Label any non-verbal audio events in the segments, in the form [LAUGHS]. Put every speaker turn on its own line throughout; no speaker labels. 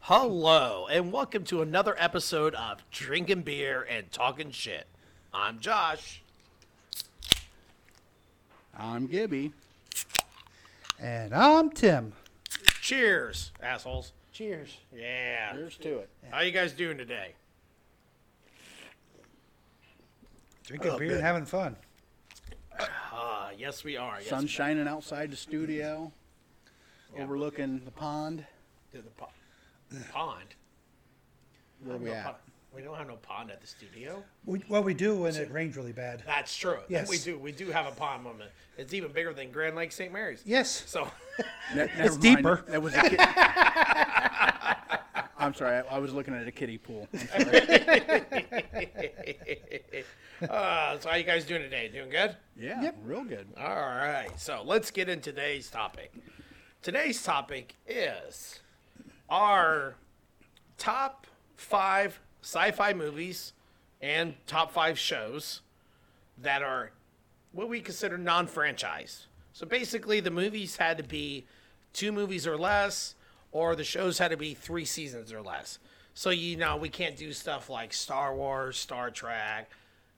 Hello, and welcome to another episode of Drinking Beer and Talking Shit. I'm Josh.
I'm Gibby.
And I'm Tim.
Cheers, assholes.
Cheers.
Yeah.
to it.
How you guys doing today?
Drinking
Oh,
beer
good.
and having fun.
Uh, yes, we are. Yes,
Sun shining outside the studio, overlooking the pond.
we are. the po- pond.
Where we
No
at?
pond. We don't have no pond at the studio.
We, well, we do when it rains really bad.
That's true.
Yes.
We do. We do have a pond moment. It's even bigger than Grand Lake St. Mary's.
Yes.
So, [LAUGHS]
Ne- never mind.
deeper.
That was a kid. [LAUGHS] I'm sorry. I, I was looking at a kiddie pool.
[LAUGHS] uh, so how you guys doing today? Doing good?
Yeah, real good.
All right, so let's get into today's topic. Today's topic is our top five sci fi movies and top five shows that are what we consider non franchise. So basically, the movies had to be two movies or less, or the shows had to be three seasons or less. So, you know, we can't do stuff like Star Wars, Star Trek,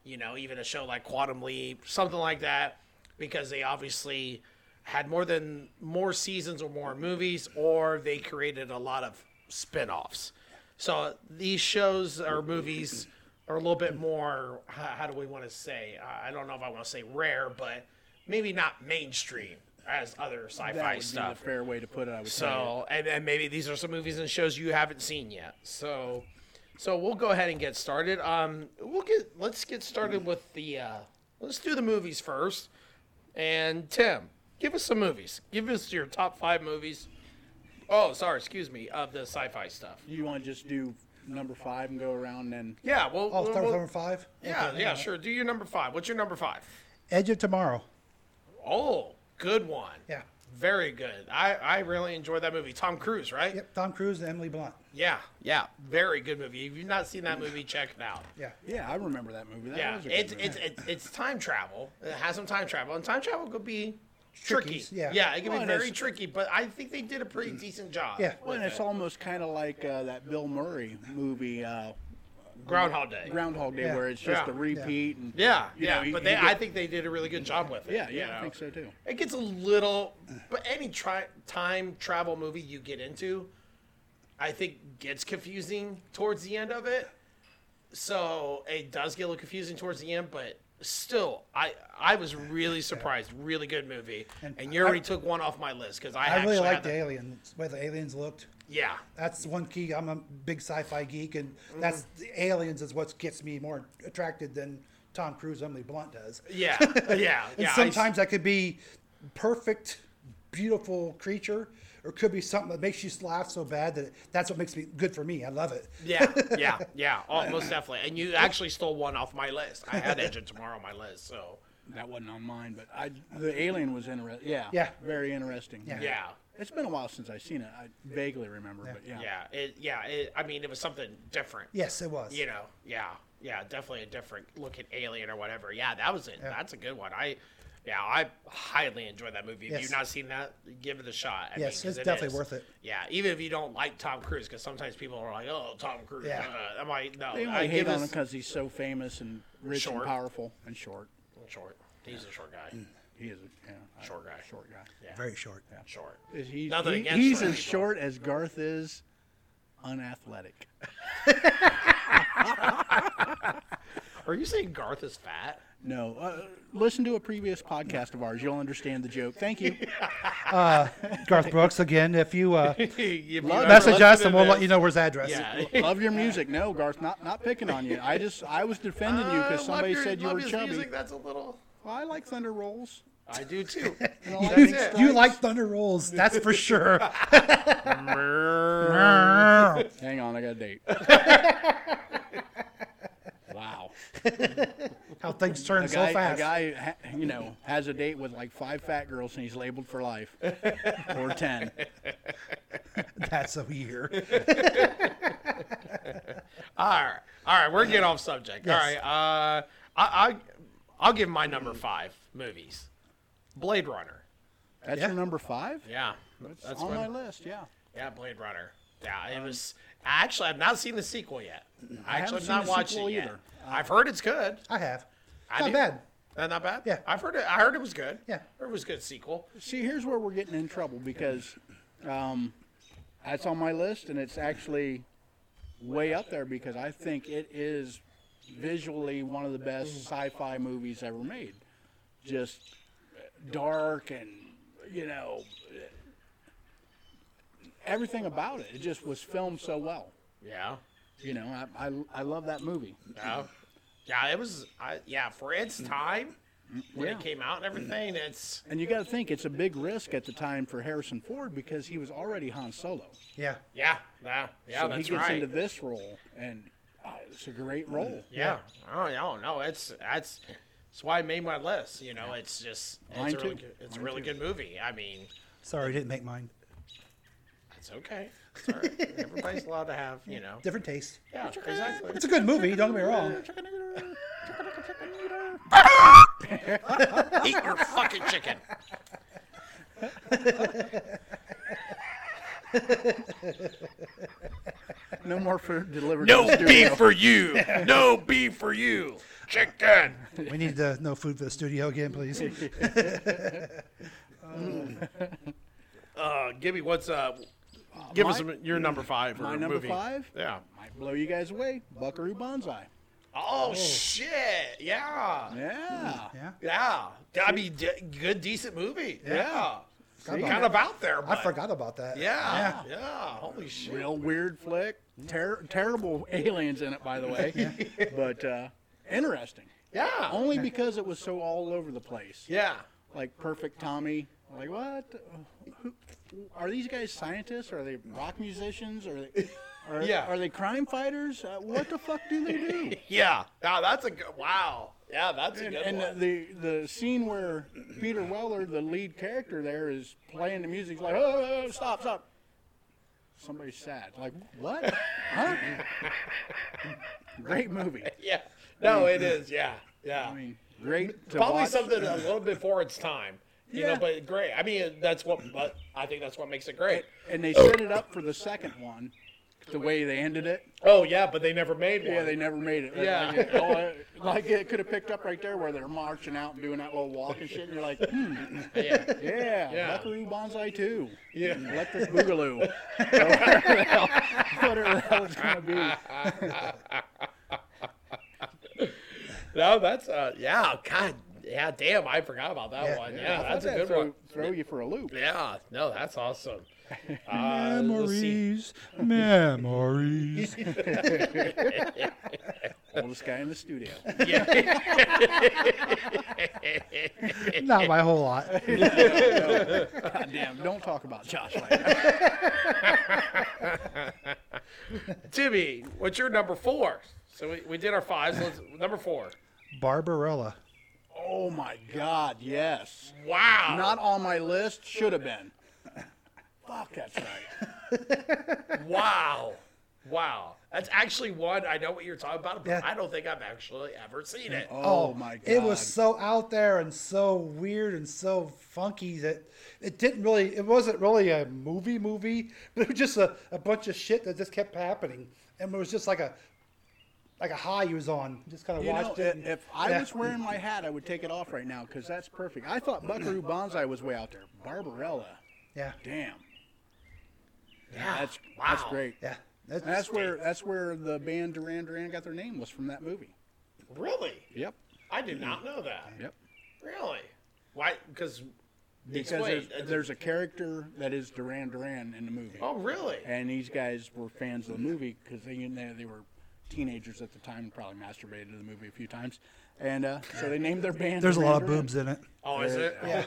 you know, even a show like Quantum Leap, something like that, because they obviously had more than more seasons or more movies, or they created a lot of spin offs. So these shows or movies are a little bit more. How, how do we want to say? I I don't know if I want to say rare, but maybe not mainstream as other
That
sci-fi
would be
stuff.
the fair way to put it. I would say.
So, and, and maybe these are some movies and shows you haven't seen yet. So, so we'll go ahead and get started. Um, we'll get let's get started with the uh, let's do the movies first. And Tim, give us some movies. Give us your top five movies. Oh, sorry, excuse me, of the sci-fi stuff.
You want to just do number five and go around, and
Yeah, well, we'll-
I'll Oh, start with
we'll-
number five.
yeah,
Okay.
yeah, sure. Do your number five. What's your number five?
Edge of Tomorrow.
Oh, good one.
Yeah.
Very good. I, I really enjoyed that movie. Tom Cruise, right?
Yep. Tom Cruise and Emily Blunt.
Yeah, yeah, very good movie. If you've not seen that movie, check it out.
Yeah.
yeah, I remember that movie. That
Yeah,
was a good
it's
movie.
it's it's, it's time travel. It has some time travel, and time travel could be tricky.
Tricky, yeah.
yeah, it can
Well,
be
and it's-
very tricky, but I think they did a pretty decent job.
Yeah.
Well, and it's almost kind of like uh, that Bill Murray movie, uh,
Groundhog Day.
Groundhog Day,
Yeah.
where it's just
Yeah.
a repeat. And
yeah,
you
yeah,
know, he-
but
he
they,
did-
I think they did a really good job with it.
yeah,
you
yeah,
know?
I think so too.
It gets a little, but any tri- time travel movie you get into, I think gets confusing towards the end of it. So it does get a little confusing towards the end, but still, I I was really surprised. Really good movie, and,
And
you
I-
already took one off my list because I,
I
actually
really
had
liked
the-
the aliens, the way the aliens looked.
Yeah,
That's one key. I'm a big sci-fi geek, and that's
Mm.
the aliens is what gets me more attracted than Tom Cruise, Emily Blunt does.
yeah, yeah,
[LAUGHS] And
yeah. I s-
sometimes that could be perfect, beautiful creature, or it could be something that makes you laugh so bad that it, that's what makes me good for me. I love it. [LAUGHS]
Yeah, yeah, yeah. Oh, most definitely. And you actually stole one off my list. I had Edge of Tomorrow on my list, so
That wasn't on mine, but I the alien was interesting. Yeah,
Yeah.
very interesting.
Yeah.
yeah.
It's been a while since I've seen it. I vaguely remember, but yeah.
Yeah, it, yeah. It, I mean, it was something different.
Yes, it was.
You know, yeah, yeah. Definitely a different looking alien or whatever. Yeah, that was it. That's a good one. I, yeah, I highly enjoyed that movie. If
Yes.
you've not seen that, give it a shot. I
Yes,
'cause
it's definitely worth it.
Yeah, even if you don't like Tom Cruise, because sometimes people are like, "Oh, Tom Cruise."
Yeah.
uh, I'm like, no,
They
I
only hate
give
on him
us
because he's so famous and rich
Short.
and powerful and short.
short. He's a short guy.
Mm.
He is a yeah,
Short guy.
Short guy.
Yeah,
Very short.
short.
Is He,
Nothing
he-
against
he's
short
as
people.
short as Garth is unathletic.
Are you saying Garth is fat?
[LAUGHS]
[LAUGHS]
No, uh, listen to a previous podcast of ours. You'll understand the joke. Thank you.
[LAUGHS] Garth Brooks again. If you uh,
[LAUGHS] You
message
listen
us,
to
and we'll
this.
let you know where his address.
Yeah.
Love your music. No, Garth, not not picking on you. I just I was defending you
Uh,
because
love
somebody
your-
said you
love
were
his
chubby.
music, That's a little.
Well, I like Thunder Rolls.
I do
[LAUGHS]
too.
all that
That's
big
it.
stuff.
You like Thunder Rolls, that's [LAUGHS] for sure.
Hang on, I got a
[LAUGHS]
date. wow.
How things turn
A
so
guy, a
fast.
guy ha- you know, has a date with like five fat girls and he's labeled for
[LAUGHS]
life or 10.
[LAUGHS] That's a year.
All right, all right, we're getting off subject. All right,
Yes.
uh, I, I, I'll give my number five movies, Blade Runner.
That's
Yeah.
your number five?
Yeah, that's
on
one-
my list, yeah.
yeah, Blade Runner. Yeah, it was. Actually, I've not seen the sequel yet. I
haven't
actually have
seen
not
the
watched
sequel
it either.
either.
I've heard it's good.
I have.
I
Not
do.
bad.
Uh, not bad.
Yeah.
I've heard it. I heard it was good.
Yeah.
it was a good sequel.
See, here's where we're getting in trouble because um, that's on my list, and it's actually way up there because I think it is visually one of the best sci-fi movies ever made. Just dark and you know everything about it. It just was filmed so well.
Yeah.
You know, I I, I love that movie.
Yeah. Yeah, it was. I, yeah, for its time when
Yeah.
it came out and everything, it's
And you got to think it's a big risk at the time for Harrison Ford because he was already Han Solo.
Yeah.
yeah, yeah, yeah.
so
that's
he gets
right.
into this role, and uh, it's a great role.
yeah. Oh, I don't know. It's that's that's why I made my list. You know, it's just it's
Mine
a really
too.
good, it's
Mine
a really
too.
good movie. I mean,
Sorry, I didn't make mine.
it's okay. It's all right. Everybody's allowed to have you know.
Different taste.
Yeah, exactly.
It's a good movie. Don't get me wrong.
Eat [LAUGHS] your fucking chicken.
[LAUGHS] No more food delivered. to the
No
studio.
beef for you. No beef for you. Chicken.
We need to no food for the studio
[LAUGHS]
again, please.
Uh, Gibby, what's uh? Give us
my-
a- your number five. Or
my number
movie.
five?
Yeah.
Might blow you guys away. Buckaroo Banzai.
Oh, shit! Yeah. yeah,
Yeah.
Yeah.
I mean, d- good, decent movie. Yeah,
about
kind
that.
of out there.
I
But
forgot about that.
Yeah, yeah, Holy shit!
Real weird flick. Ter- terrible aliens in it, by the way. But uh, interesting.
Yeah,
Only because it was so all over the place.
yeah.
Like Perfect Tommy. Like what? Who, are these guys scientists? Are they rock musicians? Are they? Are,
Yeah.
are they crime fighters? Uh, what the fuck do they do?
Yeah. Now that's a good. Wow. Yeah, that's a good
And uh,
one.
the, the the scene where Peter Weller, the lead character there, is playing the music he's like, oh, oh, oh, stop, stop. Somebody's sad. Like what? huh? great movie.
[LAUGHS] yeah. No, it is. Yeah, yeah.
I mean, great. To
Probably
watch.
something a little before its time. You know,
Yeah.
but great. I mean, that's what. But I think that's what makes it great.
And they set it up for the second one, the way they ended it.
Oh yeah, but they never made one.
Yeah, they never made it. Like,
Yeah.
Like it, oh, it- like it could have picked up right there where they're marching out and doing that little walk and shit. And you're like, hmm,
Yeah.
yeah,
Yeah.
Buckaroo Banzai 2.
Yeah.
and Electric Boogaloo.
[LAUGHS]
Or whatever the hell, whatever the hell it's going to be.
[LAUGHS] No, that's uh, yeah. God, yeah. Damn, I forgot about that one. Yeah, that's a
That'd
good
throw,
one.
Throw you for a loop.
Yeah, no, that's [LAUGHS] awesome. Uh, let's see. [LAUGHS]
Memories.
Oldest guy in
[LAUGHS]
the studio.
Yeah.
Not my whole lot.
Goddamn, don't talk about Josh like that.
Timmy, what's your number four? So we, we did our fives. Let's, number four.
Barbarella.
Oh my God, yes.
Wow.
Not on my list, should have been. Fuck, that's right.
wow. Wow. That's actually one. I know what you're talking about, but
Yeah.
I don't think I've actually ever seen it.
Oh, my God.
It was so out there and so weird and so funky that it didn't really, it wasn't really a movie movie, [LAUGHS] but it was just a, a bunch of shit that just kept happening. And it was just like a, like a high you was on. Just kind of
You know,
watched it.
i-
and-
if I
yeah.
was wearing my hat, I would take it off right now because that's perfect. I thought Buckaroo Banzai was way out there. Barbarella,
Yeah.
damn,
Yeah.
that's
Ah, wow.
that's great.
Yeah. That's,
And that's where that's where the band Duran Duran got their name was from that movie.
Really?
Yep,
I did
Mm-hmm.
not know that.
yep.
Really? Why? Because.
Because
uh,
there's, there's a character that is Duran Duran in the movie,
Oh, really?
and these guys were fans of the movie because they you know, they were teenagers at the time and probably masturbated to the movie a few times, and uh, so they named their band.
There's a
Duran
lot of
Duran.
boobs in it.
Oh, is it?
Yeah.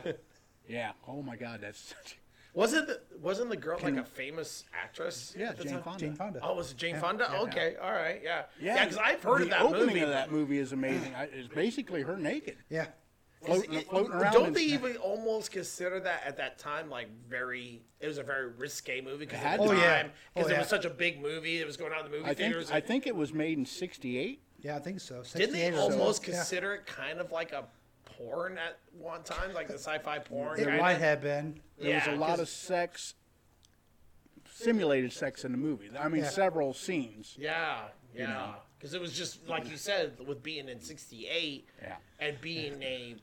Yeah. Oh my God, that's such.
Wasn't the, wasn't the girl like a famous actress?
Yeah,
at the
Jane
time?
Fonda.
Jane Fonda.
Oh, was it Jane Fonda? okay, all right, yeah,
Yeah,
because I've heard
the
of that
opening
movie.
of that movie is amazing. I, it's basically her naked,
Yeah.
floating,
It-
floating around.
Don't
in-
they even almost consider that at that time like very? It was a very risque movie because
had
at
to
the
be.
time
Oh, yeah.
because
Oh,
it
yeah.
was such a big movie that was going on in the movie
I think
theaters.
I think it was made in '68.
Yeah, I think so.
Didn't they
68 or so.
almost
Yeah.
consider it kind of like a porn at one time, like the sci-fi porn?
It
kinda?
might have been.
There was
Yeah,
a lot
'cause-
of sex, simulated sex in the movie. I mean,
Yeah.
several scenes.
Yeah, yeah. Because it was just like you said, with being in '68
Yeah.
and being a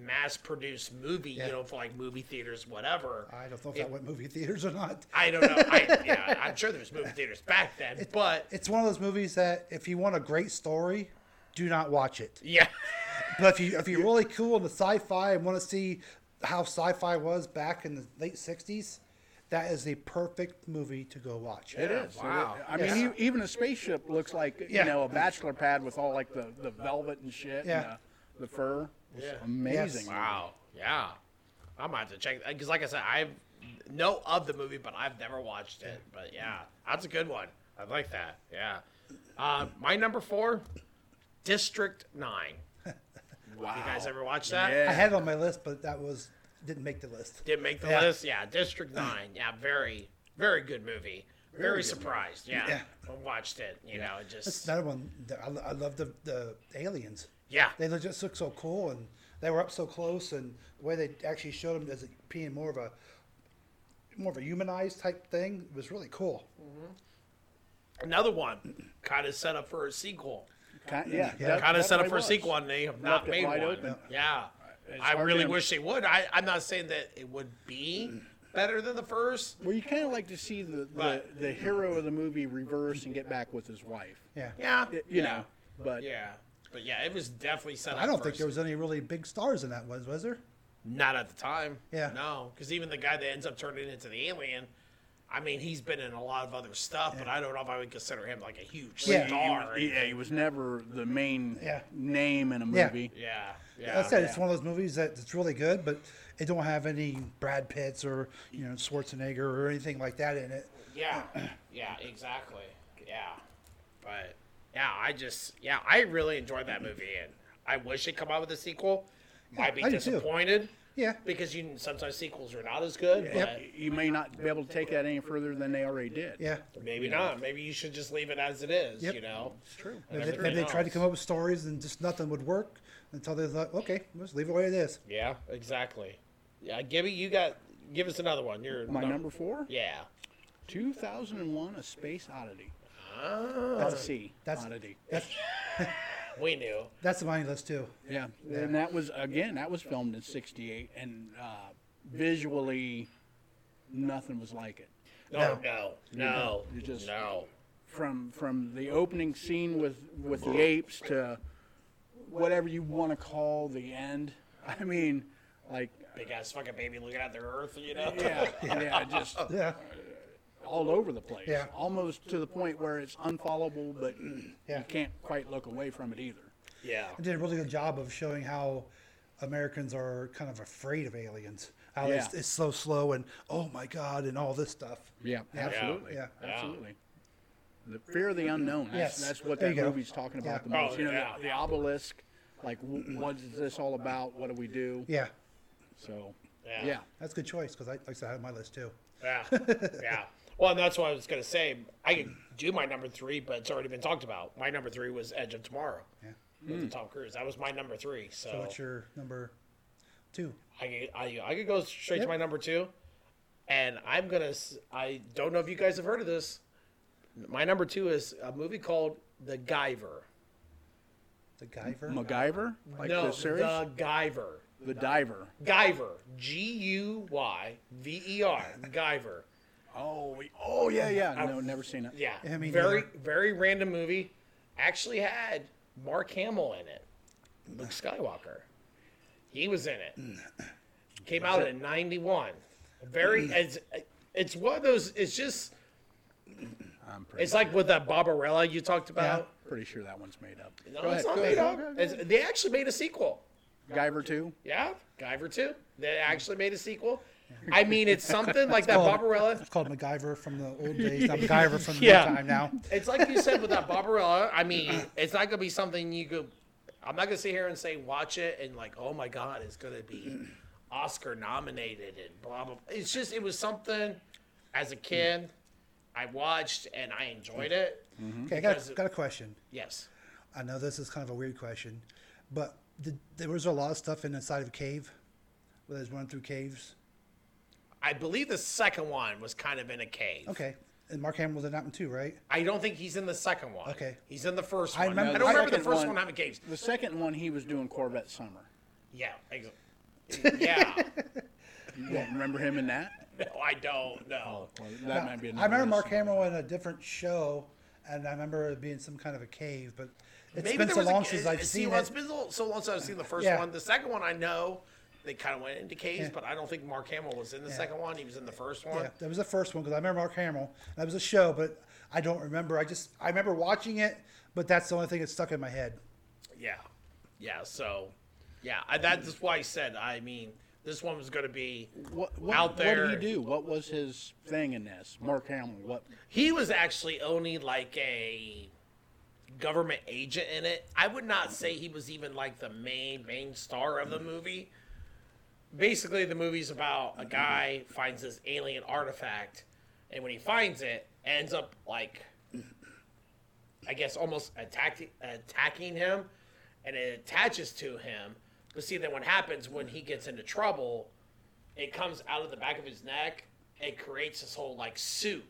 mass-produced movie,
Yeah.
you know, for like movie theaters, whatever.
I don't know if that went movie theaters or not.
I don't know. I, yeah, I'm sure there was movie theaters back then, but
It's one of those movies that if you want a great story, do not watch it.
yeah,
But if you if you're really cool into sci-fi and want to see how sci-fi was back in the late '60s, that is the perfect movie to go watch.
It
Yeah,
is.
wow.
I mean,
Yeah.
e- even a spaceship looks like
Yeah.
you know a bachelor pad with all like the, the velvet and shit.
Yeah.
And the, the fur. It's
Yeah.
Amazing.
Yes.
wow, yeah. I might have to check because, like I said, I know of the movie, but I've never watched it. But yeah, that's a good one. I like that. Yeah. Uh, my number four, District Nine.
Wow.
You guys ever watch that?
Yeah.
I had it on my list, but that was didn't make the list.
Didn't make the
Yeah.
list. Yeah, District Nine. Yeah, very, very good movie. Very, surprised. Yeah,
Yeah.
when watched it. You know, it
That's
just
another one. that I, lo- I love the the aliens.
yeah,
They just looked so cool, and they were up so close, and the way they actually showed them as being more of a more of a humanized type thing was really cool.
another one kind of set up for a sequel.
Kind, yeah.
Yeah.
that-
Kind of
that
set up
way
for a
was.
sequel, and they have not
Left it
made
wide
one.
open.
Yeah,
It's
I
hard
really
to-
wish they would. I, I'm not saying that it would be better than the first.
Well, you kind of like to see the, the,
Right.
the hero of the movie reverse and get back with his wife.
Yeah.
Yeah,
Y-
yeah,
You know, but
yeah, but yeah, it was definitely set up.
I don't
for a
think there was any really big stars in that one, was there?
Not at the time.
Yeah.
No, because even the guy that ends up turning into the alien, I mean, he's been in a lot of other stuff, but I don't know if I would consider him like a huge
Yeah.
he, was,
star.
yeah, he was never the main
Yeah.
name in a
Yeah.
movie.
yeah. Yeah.
That's it. It's one of those movies that it's really good, but it don't have any Brad Pitts or you know Schwarzenegger or anything like that in it.
[CLEARS THROAT] Yeah. Yeah. Exactly. Yeah. But yeah, I just yeah, I really enjoyed that movie, and I wish it come out with a sequel. I'd be
I do too.
disappointed.
Yeah.
Because you sometimes sequels are not as good. But
Y- You may not be able to take that any further than they already did.
Yeah.
Maybe not. Maybe you should just leave it as it is.
Yep.
You know.
It's true.
And
Maybe they,
everything
maybe they tried to
else.
come up with stories and just nothing would work until they thought, okay, let's leave it the way it is.
Yeah, exactly. Yeah, Gibby, you got give us another one. You're
My number four,
Yeah.
2001: A Space Oddity. That's a C.
That's-
oddity.
That's
We knew.
that's my list too.
Yeah, and that was again that was filmed in '68, and uh, visually, nothing was like it.
No, no, no,
You just-
no.
From from the opening scene with with the apes to whatever you want to call the end. I mean, like
Big ass fucking baby looking at the earth, you know?
yeah, yeah, just
Yeah.
all over the place.
Yeah.
almost to the point where it's unfollowable, but [CLEARS THROAT]
Yeah.
you can't quite look away from it either.
[LAUGHS] Yeah.
It did a really good job of showing how Americans are kind of afraid of aliens. How it's,
Yeah.
it's so slow and oh my god and all this stuff.
Yeah, absolutely.
Yeah.
Yeah.
absolutely. The fear of the unknown. That's,
Yes.
that's what
There
that
you go.
movie's talking about the
Yeah.
most. you know,
Oh, yeah.
the, the obelisk. Like, w- what is this all about? What do we do?
Yeah.
So,
Yeah.
yeah.
That's a good choice because I like I said I had my list too.
Yeah. yeah. Well, and that's what I was going to say. I could do my number three, but it's already been talked about. My number three was Edge of Tomorrow.
Yeah.
Hmm.
With Tom Cruise. That was my number three. So,
What's your number two?
I, could- I, I could go straight
Yep.
to my number two. And I'm going to, I don't know if you guys have heard of this. My number two is a movie called The Giver.
The Guyver?
MacGyver? Like
no,
the series? The,
Giver.
Diver.
Giver. G U Y V E R. Giver.
Oh, we, oh yeah, yeah. No, never seen it.
Yeah.
Yeah, me
very,
neither.
very random movie. Actually had Mark Hamill in it. Luke Skywalker. He was in it. Came out in '91. Very.
Mm.
It's, it's one of those. It's just.
I'm pretty,
It's like with that Barbarella you talked about.
pretty sure that onene's made up.
No,
Go
it's
ahead.
not
Go
made up.
ahead. Go, go,
It's- They actually made a sequel.
go. Guyver 2?
Yeah, Guyver 2. They actually made a sequel. I mean, it's something like that Barbarella.
It's called MacGyver from the
[LAUGHS]
old days. Not MacGyver from the
Yeah. Mm-hmm.
new time now.
It's like you said with that Barbarella. I mean, it's not going to be something you could. I'm not going to sit here and say, watch it and like, oh my God, it's going to be Oscar nominated and blah, blah. It's just, it was something as a kid I watched and I enjoyed it.
Okay, I got
Because
a,
it-
got a question.
Yes.
I know this is kind of a weird question, but did, there was a lot of stuff in the side of a cave where they was running through caves.
I believe the second one was kind of in a cave.
Okay. And Mark Hamill was in that one too, right?
I don't think he's in the second one.
Okay.
He's in the first
I
one.
remember-
I don't
I-
remember the
second
first
one-
one, having caves.
The second one, he was doing Corvette Summer.
Yeah. exa- Yeah. [LAUGHS]
You don't remember him in that?
no, I don't. No.
Oh,
Well, that might be.
I
another
remember Mark
list.
Hamill in a different show, and I remember it being some kind of a cave, but it's
Maybe
been
there
so
was a- uh,
long since
see,
I've seen
well,
it.
It's been so- so long since I've seen the first
Yeah.
one. The second one, I know they kind of went into caves,
Yeah.
but I don't think Mark Hamill was in the second one. He was in the first one.
Yeah, that was the first one because I remember Mark Hamill. That was a show, but I don't remember. I just I remember watching it, but that's the only thing that stuck in my head.
Yeah, yeah. So, yeah, I, that's why I said. I mean, this one was going to be.
What, what,
out
What
there.
did he do? What was his thing in this? Mark Hamill. What?
He was actually only like a government agent in it. I would not say he was even like the main main star of the movie. Basically, the movie's about a guy finds this alien artifact, and when he finds it, ends up like, I guess, almost attacking attacking him, and it attaches to him. But see, then what happens when he gets into trouble? it comes out of the back of his neck and creates this whole like suit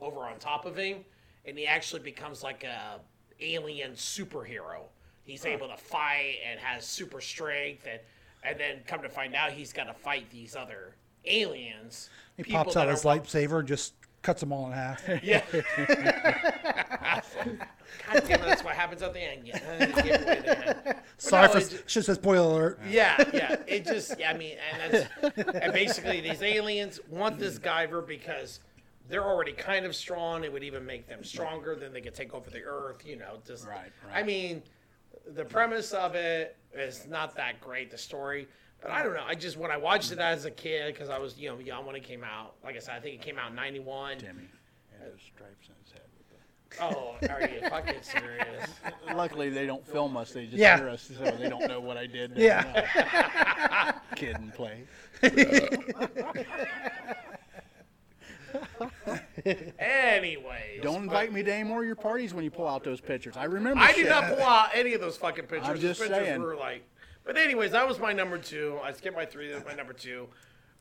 over on top of him and he actually becomes like a alien superhero he's able to fight and has super strength and and then come to find out he's got to fight these other aliens
He
people
pops
that
out
are-
his lightsaber and just cuts them all in half. [LAUGHS]
yeah [LAUGHS] God damn it, that's what happens at the end [LAUGHS] yeah, you give away the end.
Sorry
No,
for
it ju-
should just said spoiler alert.
Yeah, yeah. It just, yeah, I mean, and that's, and basically these aliens want this Guyver because they're already kind of strong. It would even make them stronger. Then they could take over the Earth. You know, just.
Right,
I
right.
mean, the premise of it is not that great. The story. But I don't know. I just when I watched it as a kid, because I was you know young when it came out. Like I said, I think it came out in '91.
Timmy. Had those stripes in his head. with
Oh, are you fucking serious?
the- Luckily, they don't film us. They just
Yeah.
hear us, so they don't know what I did.
Yeah.
[LAUGHS] Kid and play.
Anyways,
Don't
but
invite me to any more of your parties when you pull out those pictures. I remember.
I
shit.
did not pull out any of those fucking pictures.
I'm just
those pictures
saying.
were like. But anyways, that was my number two. I skipped my three. That was my number two.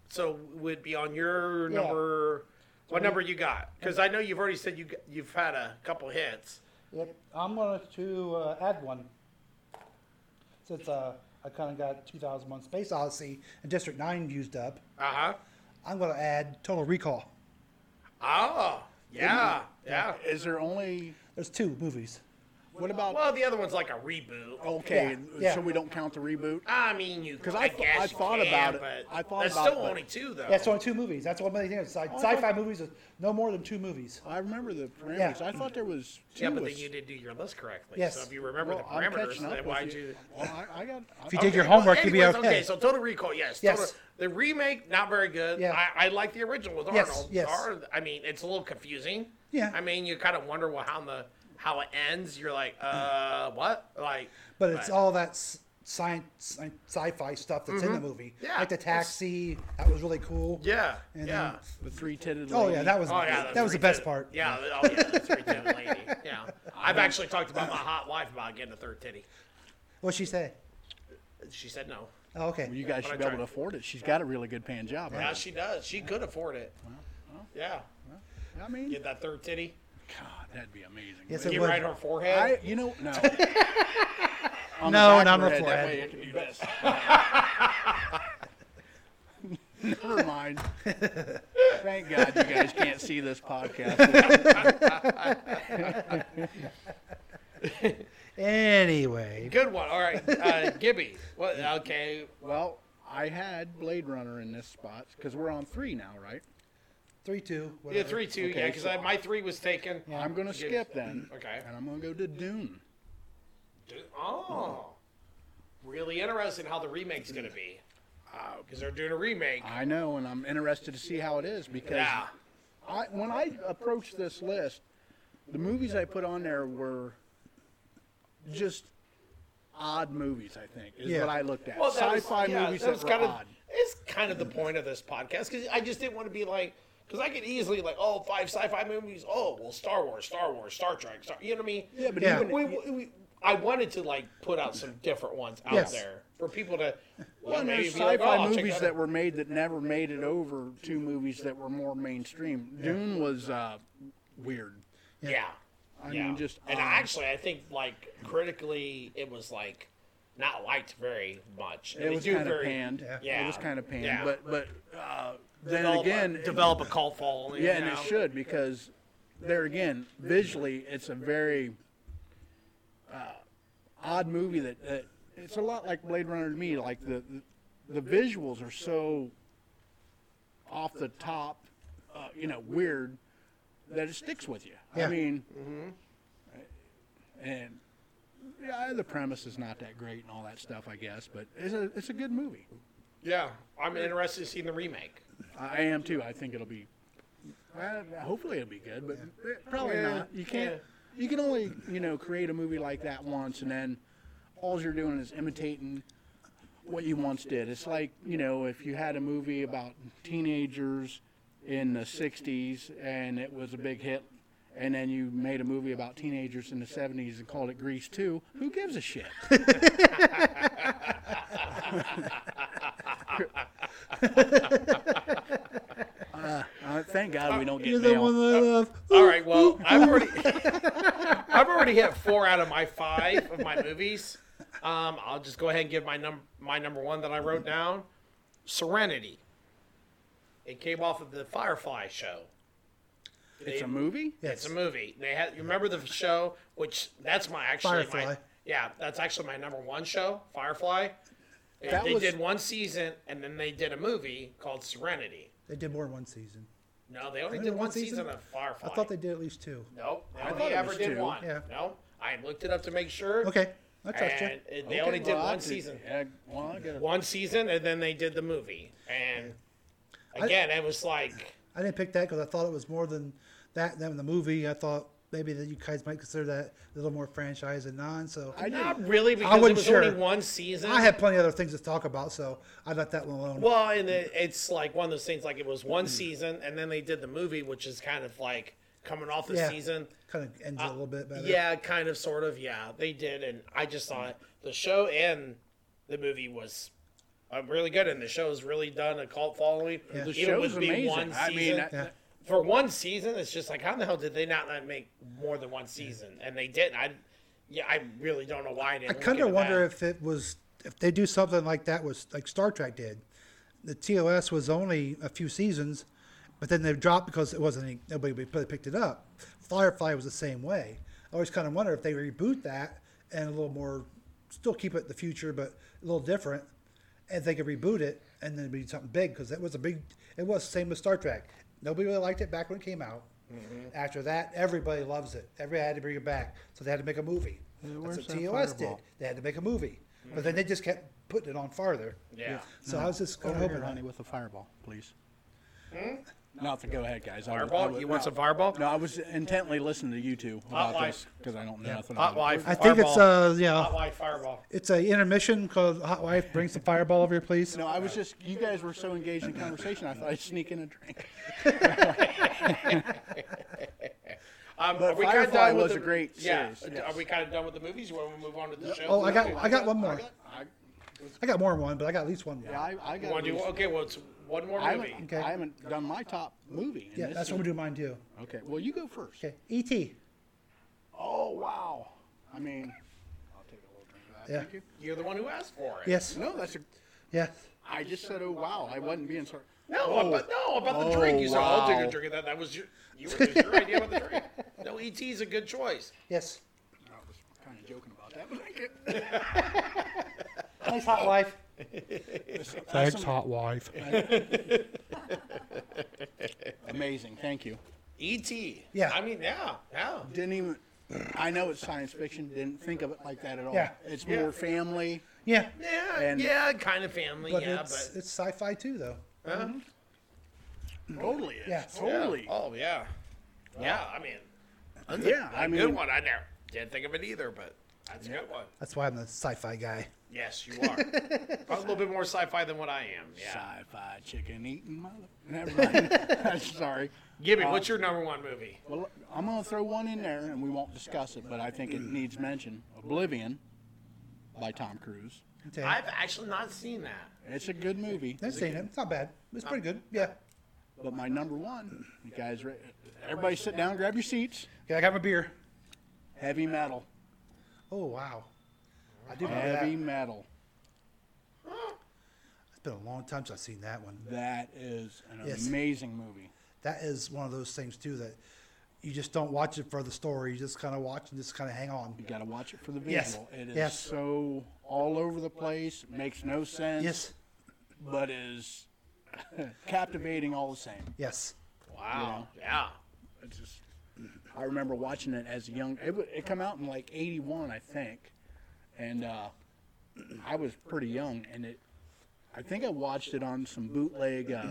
So would be on your
Yeah.
number. What number you got? Because I know you've already said you g- you've had a couple hits.
Yep. I'm going to uh, add one. Since uh, I kind of got 2001 Space Odyssey and District 9 used up,
Uh
I'm going to add Total Recall.
huh. Oh yeah, yeah.
Is there only?
There's two movies.
What about?
Well, the other one's like a reboot.
Okay,
Yeah, yeah.
so we don't count the reboot.
I mean, you. Because
Oh. I
I,
th-
guess
I
you
thought
can,
about it.
but
I thought
that's
about it,
still
but-
only two though.
That's only two movies. That's one of the things. Sci- Sci-fi movies is no more than two movies.
I remember the parameters. I thought there was two.
yeah, but
was-
then you didn't do your list correctly.
Yes.
So if you remember
Well,
the
I'm
parameters,
catching up
then
with
why'd you?
Well, I, I got. I,
If you did your homework, you'd be
anyways,
okay.
so Total Recall, yes.
Yes.
Total- the remake, not very good.
Yeah.
I, I like the original with
Yes,
Arnold.
yes.
Ar- I mean, it's a little confusing.
Yeah.
I mean, you kind of wonder well, how the how it ends. You're like, uh, what? Like,
But it's all that s- science, sci- sci-fi stuff that's in the movie.
Mm-hmm. Yeah,
Like the taxi. That was really cool.
yeah,
And
yeah.
then-
the three-titted.
Oh
lady.
yeah, that was
Oh yeah,
that was the
three-titted-
best part.
Yeah, oh yeah, the three titty lady. Yeah, I've actually talked about my hot wife about getting a third titty.
What'd she say?
She said no.
Oh, okay.
You guys
but I
should be able
tried.
to afford it. She's got a really good paying job.
Yeah,
right?
she does. She could afford it. Yeah,
I mean,
get that third titty.
God, that'd be amazing. Wouldn't
Yes, it
Get
would.
right on her
it?
forehead.
I, you know,
[LAUGHS]
no. On the
No,
back of
not
her
on
head,
the
that
forehead.
way it could be best. [LAUGHS] Never mind. Thank God you guys can't see this podcast.
Anyway,
Good one. All right,
[LAUGHS]
uh, Gibby. What? Okay.
Well, I had Blade Runner in this spot because we're on three now, right?
three two.
Yeah,
whatever.
three two.
Okay,
yeah, because
so-
my three was taken.
I'm gonna
Okay.
skip then,
Okay.
and I'm gonna go to Dune.
Dude, Oh, really interesting how the remake's gonna be. Because they're doing a remake.
I know, and I'm interested to see how it is because
Yeah.
I, when I approached this list, the movies I put on there were just odd movies. I think is
Yeah.
what I looked at.
Well, that was-
Sci-fi
yeah,
movies
that
that,
was
were
kind of
odd.
it's kind of the point of this podcast because I just didn't want to be like because I could easily like oh five sci-fi movies oh well Star Wars Star Wars Star Trek Star, you know what I mean
Yeah, but
Yeah.
even
we, we, we, I wanted to like put out some different ones out
Yes.
there for people to.
Well, and there's
maybe be like,
sci-fi
"Oh, I'll check
movies
that
that were made that never made it over to movies that were more mainstream. Dune was uh, weird.
Yeah.
I
yeah.
mean, just um,
and
odd.
actually, I think like critically, it was like not liked very much. And
It
they
was
do
kind of
very-
panned.
Yeah.
It was kind of panned.
Yeah.
But but uh, then
develop a-
again,
develop a cult following.
yeah,
you
and it
know?
should because there again, visually, it's a very uh, odd movie that, that it's a lot like Blade Runner to me. Like the the visuals are so off the top, uh, you know, weird that it sticks with you. I
Yeah.
mean, and. Yeah, the premise is not that great and all that stuff, I guess, but it's a, it's a good movie.
Yeah, I'm interested in seeing the remake.
I I am too. I think it'll be. Well, hopefully it'll be good, but probably
Yeah,
not. You can't.
yeah.
You can only you know create a movie like that once, and then all you're doing is imitating what you once did. It's like you know if you had a movie about teenagers in the '60s and it was a big hit, and then you made a movie about teenagers in the '70s and called it Grease 2. Who gives a shit? Uh, thank God we don't get
You're the
mail.
one that uh, I love.
All right, well, I've already [LAUGHS] I've already hit four out of my five of my movies. Um, I'll just go ahead and give my num my number one that I wrote down, Serenity. It came off of the Firefly show.
it's a movie.
It's a movie. They had you remember the show, which that's my actually
Firefly.
my yeah, that's actually my number one show, Firefly. They-
That
they
was-
did one season and then they did a movie called Serenity.
They did more than one season.
No, they only did one season, of Firefly.
I thought they did at least two.
Nope. They
thought
only
it
ever
was
did
two.
one.
Yeah.
No, I looked it up to make sure.
Okay, I trust you.
And it- they
Okay,
only did
well, I
one
did-
season.
yeah, well, I gotta-
One season, and then they did the movie. And again, it was like,
I didn't pick that because I thought it was more than that than the movie. I thought maybe that you guys might consider that a little more franchise and non. So I,
not really, because it
wasn't
was
sure.
only one season.
had plenty of other things to talk about, so I left that one alone.
Well, and it, it's like one of those things. Like it was one season, and then they did the movie, which is kind of like coming off the
Yeah.
season.
kind of ends it a little bit better.
uh, Yeah, kind of, sort of. Yeah, they did, and I just thought the show and the movie was uh, really good, and the show's really done a cult following.
The
The
Even
show's
with being
amazing.
One
I mean,
season.
I-
Yeah.
for one season, it's just like how in the hell did they not like, make more than one season? And they didn't. I, yeah, I really don't know why. I, didn't
I kind of wonder if it was if they do something like that was like Star Trek did. The TOS was only a few seasons, but then they dropped because it wasn't any, nobody really picked it up. Firefly was the same way. I always kind of wonder if they reboot that and a little more, still keep it in the future, but a little different, and they could reboot it and then it'd be something big because that was a big. It was the same with Star Trek. Nobody really liked it back when it came out. After that, everybody loves it. Everybody had to bring it back, so they had to make a movie.
where's
That's what
that
TOS
fireball?
did. They had to make a movie, but then they just kept putting it on farther.
Yeah.
So I was just kind of
Over
hoping.
here, honey,
that-
with a fireball, please. Not the go ahead, guys. I was- I
Hmm? Fireball?
was-
You want
no.
some fireball?
No, I was intently listening to you two about
Hotline.
this because I don't know nothing
Hot
about it.
wife.
I think it's
Fireball.
uh yeah,
hot wife fireball.
it's a intermission called Hot Wife. Bring some Fireball over here, please.
No, I was just, you guys were so engaged in conversation, I thought I'd sneak in a drink.
Um,
But
are we
Firefly
kinda done with
was
the-
a great
yeah,
series,
d-
yes.
Are we kind of done with the movies? Or want we move on to the show?
Oh, I got I got one more.
I,
I got more than one, but I got at least one more.
yeah, I, I got
Want to do
these-
okay? Well, it's one more
I
movie.
haven't,
Okay.
I haven't done my top movie. and
Yeah,
this
that's
is-
what we do mine too.
Okay, well, you go first.
Okay, E E.T.
Oh, wow. I mean, I'll take a little drink of that.
Yeah.
Thank you.
You're the one who asked for it.
Yes,
No, that's a,
yeah.
I just said, oh, wow. I wasn't being sorry.
No,
Oh.
but no, about the
Oh,
drink. You said, "I'll take a
wow.
drink of that." That was your, you were, it was your idea about the
[LAUGHS]
drink. No, ET is a good choice.
Yes.
I was kind of joking about that, but I get
[LAUGHS] Nice hot wife.
Thanks,
hot wife.
amazing. Thank you.
ET. E
Yeah.
I mean, yeah, yeah.
Didn't even. I know it's science fiction. Didn't think of it like that at all.
Yeah.
It's
Yeah.
more family.
Yeah,
Yeah,
And-
yeah, kind of family.
but
yeah,
it's
but
it's sci-fi too though.
Totally. Is.
Yeah.
Totally.
Yeah. Oh yeah, yeah. I mean,
Yeah. I mean,
good one. I never didn't think of it either, but that's a good one.
That's why I'm the sci-fi guy.
Yes, you
[LAUGHS]
are. Probably a little bit more sci-fi than what I am. Yeah.
Sci-fi chicken eating mother. Never mind. [LAUGHS] I'm Sorry.
Gibby, what's your number one movie?
Well, I'm gonna throw one in there, and we won't discuss it, but I think it needs mention. Oblivion, by Tom Cruise.
Okay.
I've actually not seen that.
It's a good movie.
I've seen it. It's not bad. It's pretty
Uh,
good. Yeah.
But my number one, you guys, re- everybody sit down, grab your seats.
Okay, I got my beer.
Heavy metal.
Oh wow. I do remember that.
Heavy
It's
metal.
been a long time since I've seen that one.
That is an
Yes.
amazing movie.
That is one of those things too that you just don't watch it for the story. You just kind of watch and just kind of hang on.
You got to watch it for the
Yes.
visual. It is
Yes.
so all over the place, makes no sense,
Yes.
but is [LAUGHS] captivating all the same.
Yes.
Wow. Yeah.
It's just, I remember watching it as a young. It, wa- it come out in like '81, I think, and uh, I was pretty young. And it, I think I watched it on some bootleg uh,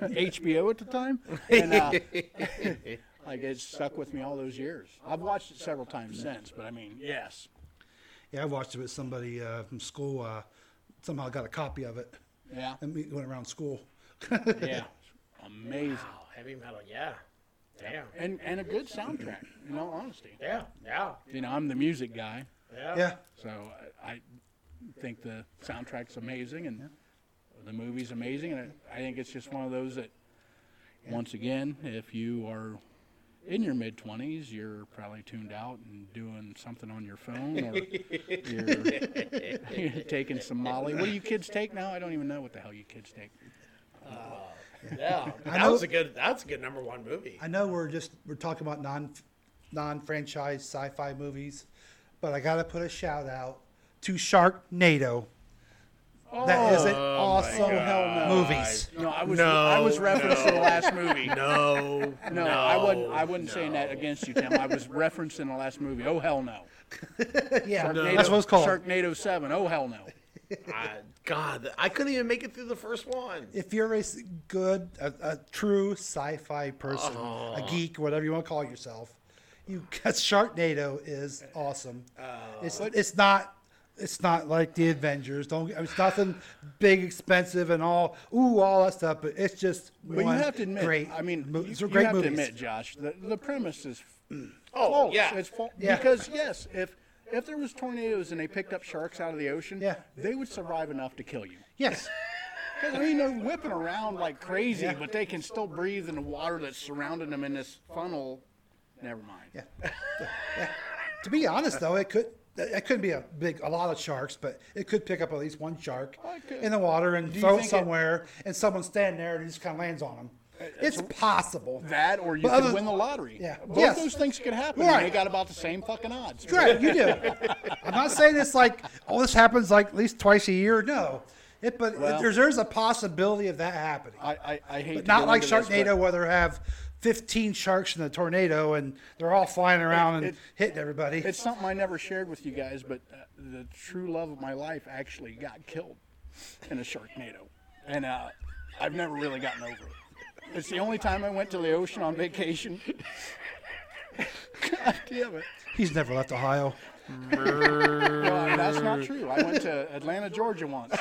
HBO at the time, and uh, [LAUGHS] like it stuck with me all those years. I've watched it several times since, but I mean, yes,
Yeah, I watched it with somebody uh, from school. Uh, somehow got a copy of it,
yeah,
and we went around school.
yeah, amazing,
Wow. Heavy metal. Yeah. Damn.
and and a good soundtrack. In all honesty,
Yeah. Yeah.
you know, I'm the music guy.
Yeah.
Yeah.
So I, I think the soundtrack's amazing and the movie's amazing, and I, I think it's just one of those that, once again, if you are in your mid twenties, you're probably tuned out and doing something on your phone, or you're, [LAUGHS] you're taking some Molly. What do you kids take now? I don't even know what the hell you kids take.
Yeah. That
know-
was a good. That's a good number one movie.
I know we're just we're talking about non non-franchise sci-fi movies, but I gotta put a shout out to Sharknado. that is an awesome
God.
movies.
No, I was I was
No,
referencing the
no.
last movie.
No.
[LAUGHS] No, I wasn't. I wasn't saying that against you, Tim. I was referencing the last movie. Oh hell no!
yeah,
Sharknado-
that's what it's called.
Sharknado Seven. Oh hell no!
I, God, I couldn't even make it through the first one.
if you're a s- good, a, a true sci-fi person,
Oh.
a geek, whatever you want to call yourself, you [LAUGHS] cause Sharknado is awesome.
Uh.
It's it's not it's not like the Avengers. Don't I mean, it's nothing big, expensive, and all ooh all that stuff. But it's just
But
one
you have to admit.
great.
I mean,
mo-
you,
these are
you
great
have
movies.
to admit, Josh, the, the premise is
[CLEARS THROAT] Oh,
false.
yeah.
It's false
Yeah.
because yes, if if there was tornadoes and they picked up sharks out of the ocean,
Yeah.
they would survive enough to kill you.
Yes,
Because I mean, they're whipping around like crazy, but they can still breathe in the water that's surrounding them in this funnel. Never mind.
Yeah. to be honest though, it could. It couldn't be a big, a lot of sharks, but it could pick up at least one shark
Oh, it could.
in the water and
Do you
throw it
think it- Uh,
somewhere, and someone's standing there and it just kind of lands on them. It's possible.
That or you
But
could
other-
win the lottery.
Yeah.
Both
Yes.
those things could happen.
Right.
And they got about the same fucking odds.
Right, you do. I'm not saying it's like all this happens like at least twice a year. No, it but
Well-
there's there's a possibility of that happening.
I, I, I hate
but
to
not
get
like
into this, but-
Sharknado, where they have 15 sharks in the tornado and they're all flying around and
it-
hitting everybody.
It's something I never shared with you guys, but uh, the true love of my life actually got killed in a Sharknado, and uh, I've never really gotten over it. It's the only time I went to the ocean on vacation. [LAUGHS] God damn it!
He's never left Ohio.
No, that's not true. I went to Atlanta, Georgia once.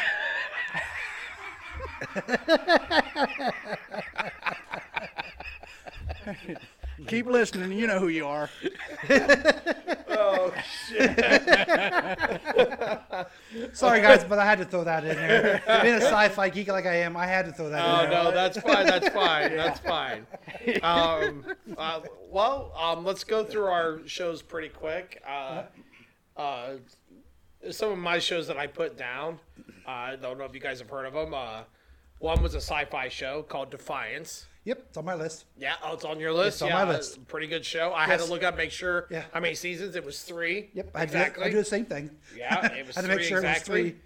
[LAUGHS] Keep listening. You know who you are.
[LAUGHS]
Sorry guys, but I had to throw that in there. Being a sci-fi geek like I am, I had to throw that
Oh
in there.
no, that's fine. That's fine. That's fine. Um, uh, well, um, let's go through our shows pretty quick. Uh, uh, some of my shows that I put down. uh, I don't know if you guys have heard of them. Uh, one was a sci-fi show called Defiance.
Yep, it's on my list.
Yeah, oh, it's on your list.
It's on
yeah,
my list.
Pretty good show. I had
Yes.
to look up, make sure
Yeah.
how many seasons. It was three.
Yep, I,
exactly.
do, I do the same thing.
Yeah, it was
[LAUGHS] I
three
had to make sure it was
exactly.
three.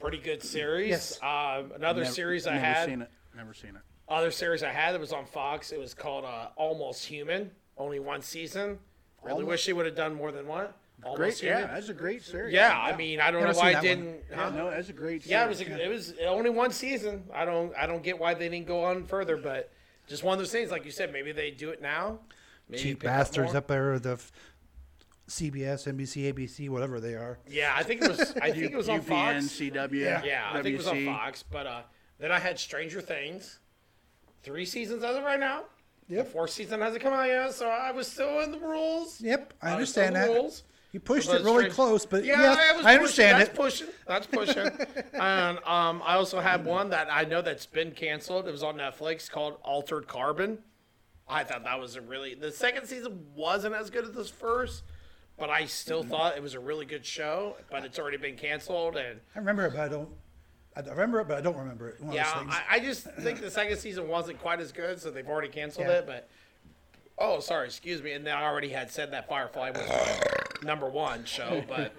Pretty good series.
Yes.
Um, another
Never-
series I
never
had.
Seen it. Never seen it.
other series I had that was on Fox. It was called uh, Almost Human. Only one seson. Really
Almost-
wish they would have done more than one. Almost
Great,
Human.
yeah, that's a great series.
Yeah, I mean, I don't
Never
know why
seen
I
that
didn't.
one.
huh?
yeah, no, that's a great. Series.
Yeah, it was a, it was only one season. I don't I don't get why they didn't go on further, but just one of those things, like you said, maybe they do it now. Maybe
Cheap
pick up
bastards
more.
up there with the f- CBS, NBC, ABC, whatever they are.
Yeah, I think it was.
[LAUGHS]
I think it was on
UPN,
Fox.
CW.
Yeah, I think it was on
WC.
Fox. But uh, then I had Stranger Things, three seasons as of right now. The
Yep.
fourth season hasn't come out yet, so I was still in the rules.
Yep, I
was still
understand
in the
that.
Rules.
You pushed
Those
it really
strings.
close, but
yeah,
yes,
I, was
I
pushing-
understand it.
That's pushing. That's pushing.
[LAUGHS]
and um, I also have one that I know that's been canceled. It was on Netflix called Altered Carbon. I thought that was a really the second season wasn't as good as this first, but I
Mm-hmm.
still thought it was a really good show. But it's already been canceled, and
I remember it, but I don't. I remember it, but I don't remember it. One of
yeah,
those things.
I, I just think the second season wasn't quite as good, so they've already canceled
Yeah.
it. But oh, sorry, excuse me. And they already had said that Firefly was my number one show,
[LAUGHS]
but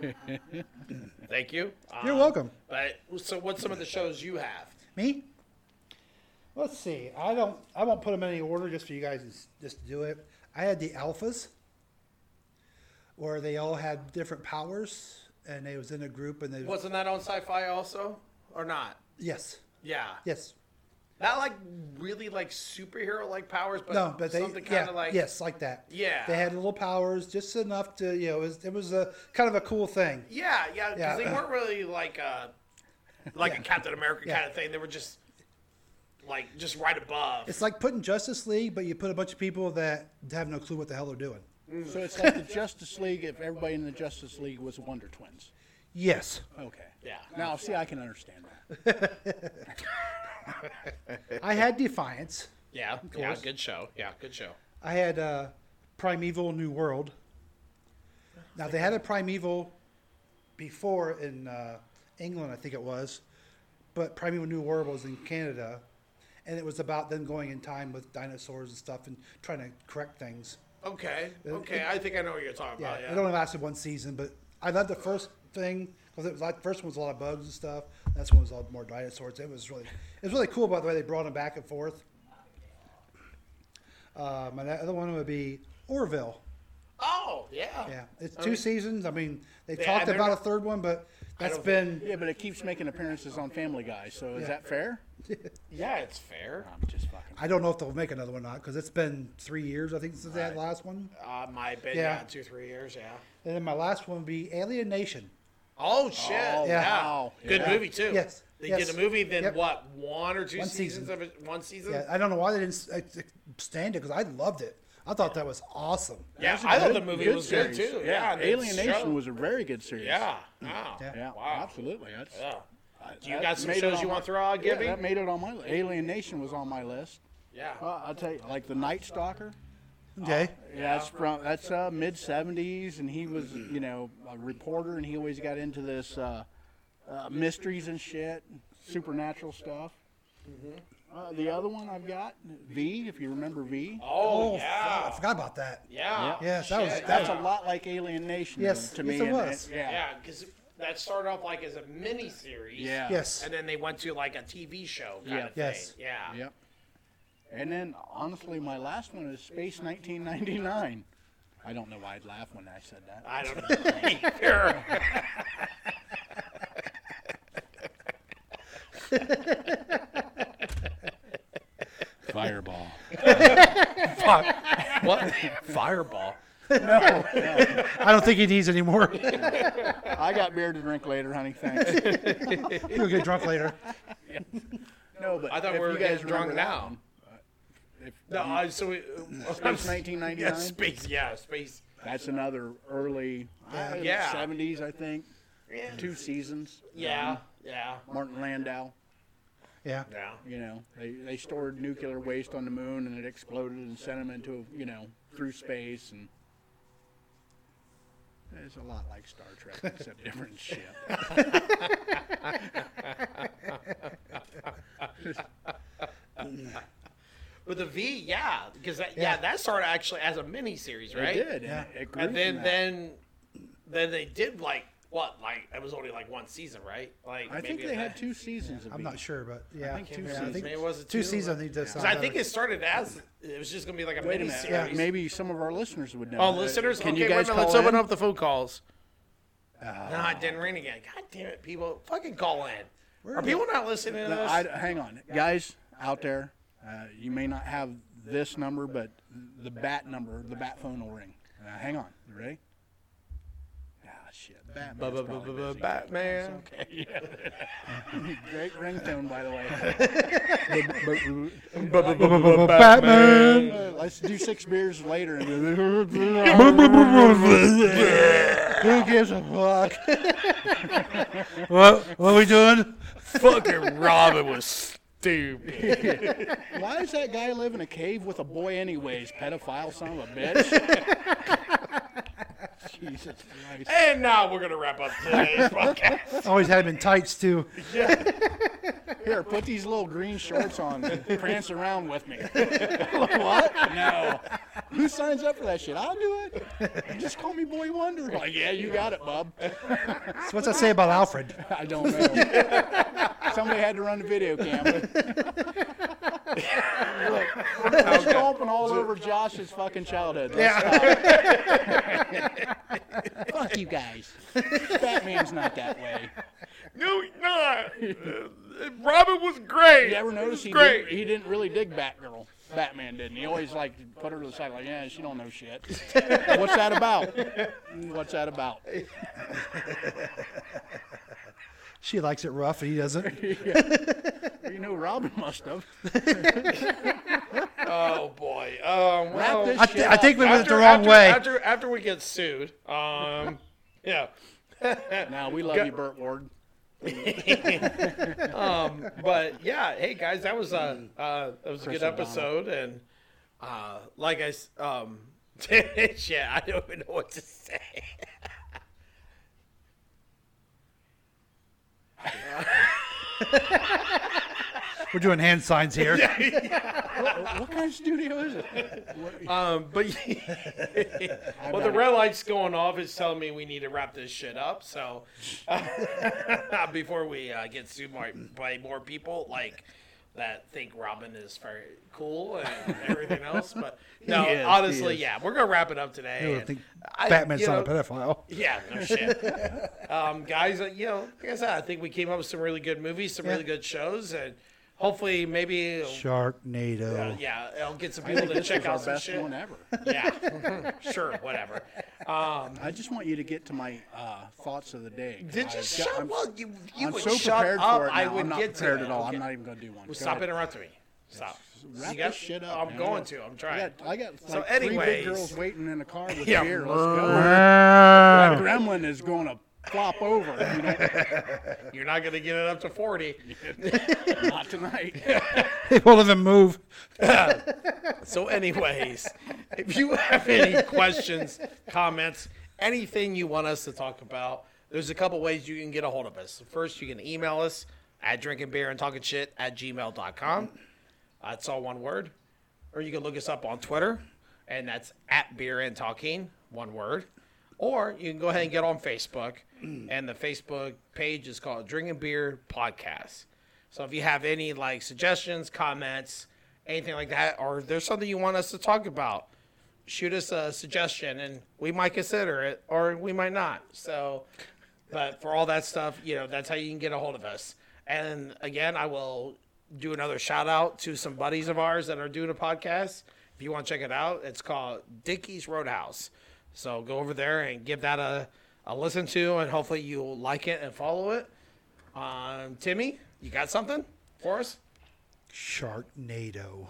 thank you.
You're
Um,
welcome.
But so, what's some of the shows you have?
Me? Let's see. I don't. I won't put them in any order just for you guys. to s- Just to do it. I had the alphas, where they all had different powers, and they was in a group, and they
Wasn't that on Sci-Fi also, or not?
yes,
Yeah,
yes,
not like really like superhero like powers, but,
no, but they
something
yeah,
kind of like
yes, like that.
Yeah.
they had little powers, just enough to you know. It was, it was a kind of a cool thing.
yeah, yeah, because
Yeah.
they weren't really like a like a Captain America
Yeah.
kind of thing. They were just like just right above.
It's like putting Justice League, but you put a bunch of people that have no clue what the hell they're doing.
So it's like the Justice League if everybody in the Justice League was Wonder Twins.
Yes.
Okay.
Yeah.
Now, see, I can understand that.
I had Defiance.
Yeah, yeah, good show. Yeah, good show.
I had uh, Primeval New World. Now they had a Primeval before in uh, England, I think it was, but Primeval New World was in Canada, and it was about them going in time with dinosaurs and stuff and trying to correct things.
Okay, okay, I think I know what you're talking
Yeah,
about. Oh, Yeah.
it only lasted one season, but I loved the first thing because it was like the first one was a lot of bugs and stuff. That's one was a lot more dinosaurs. It was really, it was really cool by the way they brought them back and forth. Um, and the other one would be Orville.
oh, yeah.
Yeah, it's two seasons. I mean, they
Yeah,
talked
they're
about
not-
a third one, but that's
don't
been
Yeah, but it keeps making appearances on Family Guy, so is that fair?
Yeah, it's fair.
I'm just fucking.
I don't know if they'll make another one or not because it's been three years I think since that last one.
Uh, my been yeah.
Yeah.
two three years. Yeah.
And then my last one would be Alien Nation.
Oh shit!
Oh,
yeah.
wow.
Good
Yeah.
movie too.
Yes,
They
yes.
did a movie, then
Yep.
what? One or two
One
seasons
season.
of it. One season.
Yeah,
Yeah,
I don't know why they didn't s- ex- ex- stand it because I loved it. I thought that was awesome.
That's a
I thought
good-
the movie
good
was
series.
good too.
Yeah,
Yeah,
Alienation was a very good series.
Yeah. Wow.
Yeah.
Yeah,
Wow.
absolutely. That's,
Yeah.
I-
Do you
that
got some
made it
shows
on
you
my-
want to throw out,
Yeah,
Gibby?
that made it on my list. Alienation was on my list.
Yeah.
Well, I'll tell you, like the Night Stalker.
Okay.
Yeah, that's from that's uh, mid '70s, and he was, you know, a reporter, and he always got into this uh, uh, mysteries and shit, supernatural stuff.
Mm-hmm.
Uh, the other one I've got V, if you remember V.
Oh,
fuck,
yeah.
I forgot about that.
Yeah.
Yes, that was-
Shit,
That's
yeah.
a lot like Alienation
Yes,
to
yes,
me.
it
and- and-
was.
yeah,
Yeah, because that started off like as a mini series.
yeah,
Yes.
And then they went to like a TV show kind
Yeah.
of
Yes.
thing. Yeah.
Yep. And then, honestly, my last one is Space 1999. I don't know why I'd laugh when I said that.
I
[LAUGHS]
don't know. [LAUGHS] Either.
Fireball.
what? Fireball.
I don't think he needs any more.
I got beer to drink later, honey. Thanks.
[LAUGHS]
He'll get drunk later.
No, but
I thought we
if
were
you guys
getting drunk
remember that
now.
one, If
No, I, so
[LAUGHS]
we, uh,
Space 1999.
yeah, space. Yeah, space.
That's another early uh,
Yeah.
70s, I think.
Yeah.
Two seasons. Um,
Yeah. Yeah.
Martin Landau.
Yeah.
Yeah.
You know, they, they stored nuclear waste on the moon and it exploded and sent them into, you know, through space. And it's a lot like Star Trek, [LAUGHS] except different ship.
[LAUGHS] With the V, yeah, because that, yeah.
Yeah.
that started actually as a mini series,
They
right?
did. and
Yeah.
it- it grew
And then,
from that.
then, then they did like what? Like it was only like one season, right? Like
I think
maybe
they
that- [LAUGHS]
had two seasons of
I'm not
each.
sure, but yeah.
think two
yeah,
seasons.
Maybe it was a
two,
two, but-
seasons. I think does sound
So I think
better.
it started as it was just gonna be like a
Wait a
mini
minute.
series.
Maybe some of our listeners would know.
Oh,
Uh,
listeners,
can
okay,
you guys
wait a minute, let's
call
open
in?
up the phone calls.
Oh.
nah, it didn't ring again. God damn it, people! Fucking call in. Are people not listening to
No,
this?
I, hang on, guys out there, uh, you may not have this number, but the bat number, the bat phone will ring. Uh, hang on, you ready? Ah, shit, Batman's probably busy.
Batman.
[LAUGHS] Great ringtone, by the
Batman.
way. Let's do six beers later. And
Who gives a fuck? what? What are we doing?
Fucking Robin was stupid.
[LAUGHS] Why does that guy live in a cave with a boy, anyways? Pedophile son of a bitch. [LAUGHS] Jesus Christ.
And now we're gonna wrap up
[LAUGHS]
today's podcast.
Always had him in tights too.
Here, put these little green shorts on and prance around with [LAUGHS] me. what? No. Who signs up for that shit? I'll do it. Just call me Boy Wonder. Like, yeah, you got it, bub.
So what's that say about Alfred?
[LAUGHS] I don't know. Somebody had to run the video [LAUGHS] camera. Look, we're stomping all over Josh's fucking childhood. yeah. [LAUGHS] Fuck you guys. Batman's not that way.
No, he's not. Uh, Robin was great.
You ever notice
he
he,
was great?
didn't, he didn't really dig Batgirl. Batman didn't. He always like put her to the side, like, yeah, she don't know shit.
[LAUGHS]
What's that about? What's that about?
She likes it rough and he doesn't.
You know, Robin must have.
oh boy. Um,
Wrap
well,
this
I,
shit
th- I
up.
think we went it
after-
the wrong
after-
way.
After after we get sued.
[LAUGHS]
Um, yeah.
Now we love
Go-
you, Burt Ward.
But yeah, hey guys, that was a uh, that was a good
O'Donnell.
episode, and uh, like I s- um, [LAUGHS] shit, I don't even know what to say.
We're doing hand signs here.
What, what kind of studio is it?
[LAUGHS] Um, but
[LAUGHS]
well, the red light's going off. It's telling me we need to wrap this shit up. So [LAUGHS] uh, before we uh, get sued by, by more people like that think Robin is very cool and everything else. But no,
He is, he
honestly,
is.
yeah, we're gonna wrap it up today.
I
and
think
I-
Batman's
you
not
know,
a pedophile.
Yeah, no shit. um, guys, uh, you know, like I said, I think we came up with some really good movies, some
Yeah.
really good shows, and hopefully maybe. it'll-
Sharknado.
yeah, I'll get some
I
people
think
to
this
check
was our
out some
best
shit.
one ever. [LAUGHS]
Yeah, sure, whatever. Um,
I just want you to get to my uh, thoughts of the day.
did you
I've
shut
got-
up?
I'm-
Well, you, you
I'm
would
so
shut
prepared
up.
for it now.
I would
am not
get
prepared
to
at all.
Okay.
I'm not even going to do one. Go
Well, stop
ahead.
interrupting me. Stop.
Wrap
You got-
this shit up.
I'm
man.
going to. I'm trying.
I got, I got
So
like three
anyways-
big girls waiting in the car with
Yeah.
beer. Let's go. That
Ah.
gremlin is going to flop over. You know, [LAUGHS]
You're not gonna get it up to forty.
not tonight.
They won't even move.
So, anyways, if you have any questions, comments, anything you want us to talk about, there's a couple ways you can get a hold of us. First, you can email us at drinking beer and talking shit at gmail.com. Uh, it's all one word. Or you can look us up on Twitter, and that's at beer and talking, one word. Or you can go ahead and get on Facebook, and the Facebook page is called Drinking Beer Podcast. So if you have any like suggestions, comments, anything like that, or if there's something you want us to talk about, shoot us a suggestion, and we might consider it, or we might not. So, but for all that stuff, you know, that's how you can get a hold of us. And again, I will do another shout out to some buddies of ours that are doing a podcast. If you want to check it out, it's called Dickie's Roadhouse. So go over there and give that a, a listen to, and hopefully you'll like it and follow it. Um, Timmy, you got something for us?
Sharknado.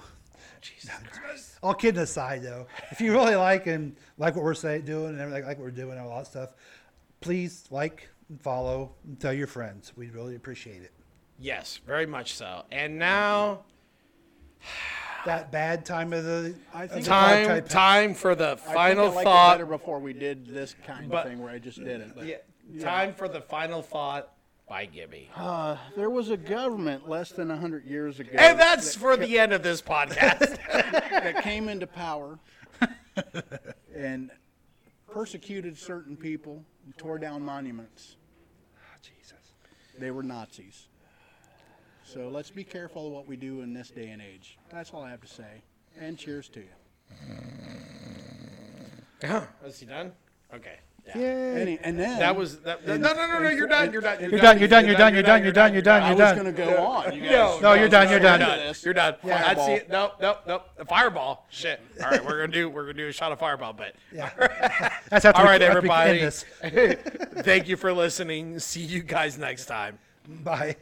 Jesus
All kidding aside, though, if you really like and like what we're saying, doing, and everything, like what we're doing, and all that stuff, please like, and follow, and tell your friends. We'd really appreciate it.
Yes, very much so. And now,
That bad time of the
I think
Time-
time
[LAUGHS]
time for the
I,
final
think I liked It
thought.
better before we did this kind of
But-
thing where I just did it. But.
Yeah, Time for the final thought by Gibby.
Uh, there was a government less than 100 years ago
And that's for the end of this
[LAUGHS]
podcast.
that came into power and persecuted certain people and tore down monuments.
Jesus.
They were Nazis. So let's be careful of what we do in this day and age. That's all I have to say. And cheers to you.
Is he done? Okay. Yeah.
Any, and then
That was that. No, no, no, no. You're done. You're done.
You're done. You're done. You're done. You're done. You're done. You're done.
I
You're
was
done.
going to go on. You guys,
No,
No, you're done, you're done.
You're done. I
Fireball.
see it. Nope, nope, nope. The fireball. Shit. All right, we're gonna do. We're gonna do a shot of fireball, but
That's after
All
we-
right,
after we end
everybody.
this.
[LAUGHS] Thank you for listening. See you guys next time.
Bye.